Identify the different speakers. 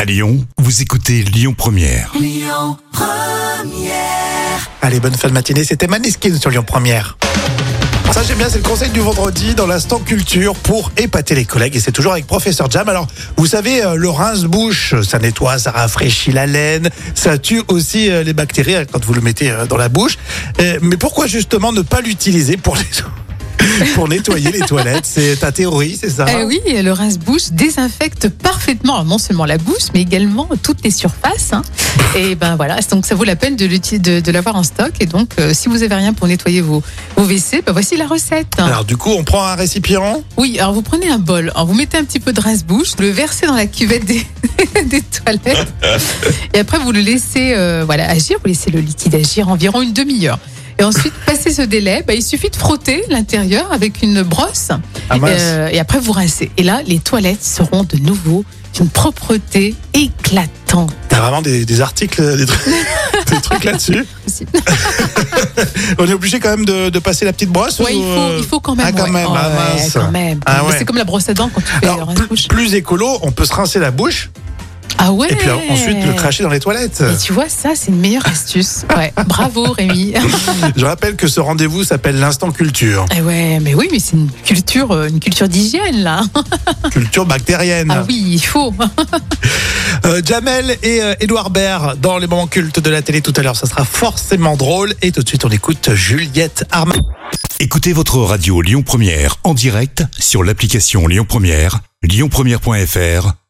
Speaker 1: À Lyon, vous écoutez Lyon Première.
Speaker 2: Allez, bonne fin de matinée. C'était Maniskin sur Lyon Première. Ça, j'aime bien, c'est le conseil du vendredi dans l'instant culture pour épater les collègues. Et c'est toujours avec Professeur Jam. Alors, vous savez, euh, le rince-bouche, ça nettoie, ça rafraîchit la laine, ça tue aussi euh, les bactéries euh, quand vous le mettez euh, dans la bouche. Euh, mais pourquoi justement ne pas l'utiliser pour les- pour nettoyer les toilettes C'est ta théorie, c'est ça
Speaker 3: Eh oui, le rince-bouche désinfecte parfaitement alors non seulement la bouche, mais également toutes les surfaces. hein. Et ben voilà, donc ça vaut la peine de, l'uti- de, de l'avoir en stock. Et donc, euh, si vous avez rien pour nettoyer vos, vos WC, ben voici la recette. hein.
Speaker 2: Alors, du coup, on prend un récipient.
Speaker 3: Oui, alors vous prenez un bol, alors vous mettez un petit peu de rince-bouche, vous le versez dans la cuvette des, des toilettes, et après vous le laissez euh, voilà agir, vous laissez le liquide agir environ une demi-heure. Et ensuite, passé ce délai, ben, il suffit de frotter l'intérieur avec une brosse.
Speaker 2: Ah, mince.
Speaker 3: Euh, et après, vous rincez. Et là, les toilettes seront de nouveau d'une propreté éclatante.
Speaker 2: T'as vraiment des, des articles, des trucs, des trucs là-dessus. On est obligé quand même de, de passer la petite brosse
Speaker 3: Ouais,
Speaker 2: ou,
Speaker 3: il, faut,
Speaker 2: euh,
Speaker 3: il faut quand même.
Speaker 2: Ah, quand
Speaker 3: ouais.
Speaker 2: même,
Speaker 3: Oh,
Speaker 2: ah,
Speaker 3: ouais,
Speaker 2: mince.
Speaker 3: quand même.
Speaker 2: Ah,
Speaker 3: Mais
Speaker 2: ouais.
Speaker 3: C'est comme la brosse à dents quand tu fais le
Speaker 2: Alors, plus-
Speaker 3: rince-bouche.
Speaker 2: plus écolo, on peut se rincer la bouche
Speaker 3: Ah ouais
Speaker 2: et puis alors, ensuite le cracher dans les toilettes.
Speaker 3: Et tu vois, ça, c'est une meilleure astuce. Ouais. Bravo, Rémi.
Speaker 2: Je rappelle que ce rendez-vous s'appelle l'instant culture,
Speaker 3: Eh ouais, mais oui, mais c'est une culture, euh, une culture d'hygiène, là.
Speaker 2: culture bactérienne.
Speaker 3: Ah oui, il faut.
Speaker 2: Euh, Jamel et euh, Édouard Baird dans les moments cultes de la télé tout à l'heure, ça sera forcément drôle. Et tout de suite, on écoute Juliette Armanet.
Speaker 1: Écoutez votre radio Lyon Première en direct sur l'application Lyon Première, lyonpremière.fr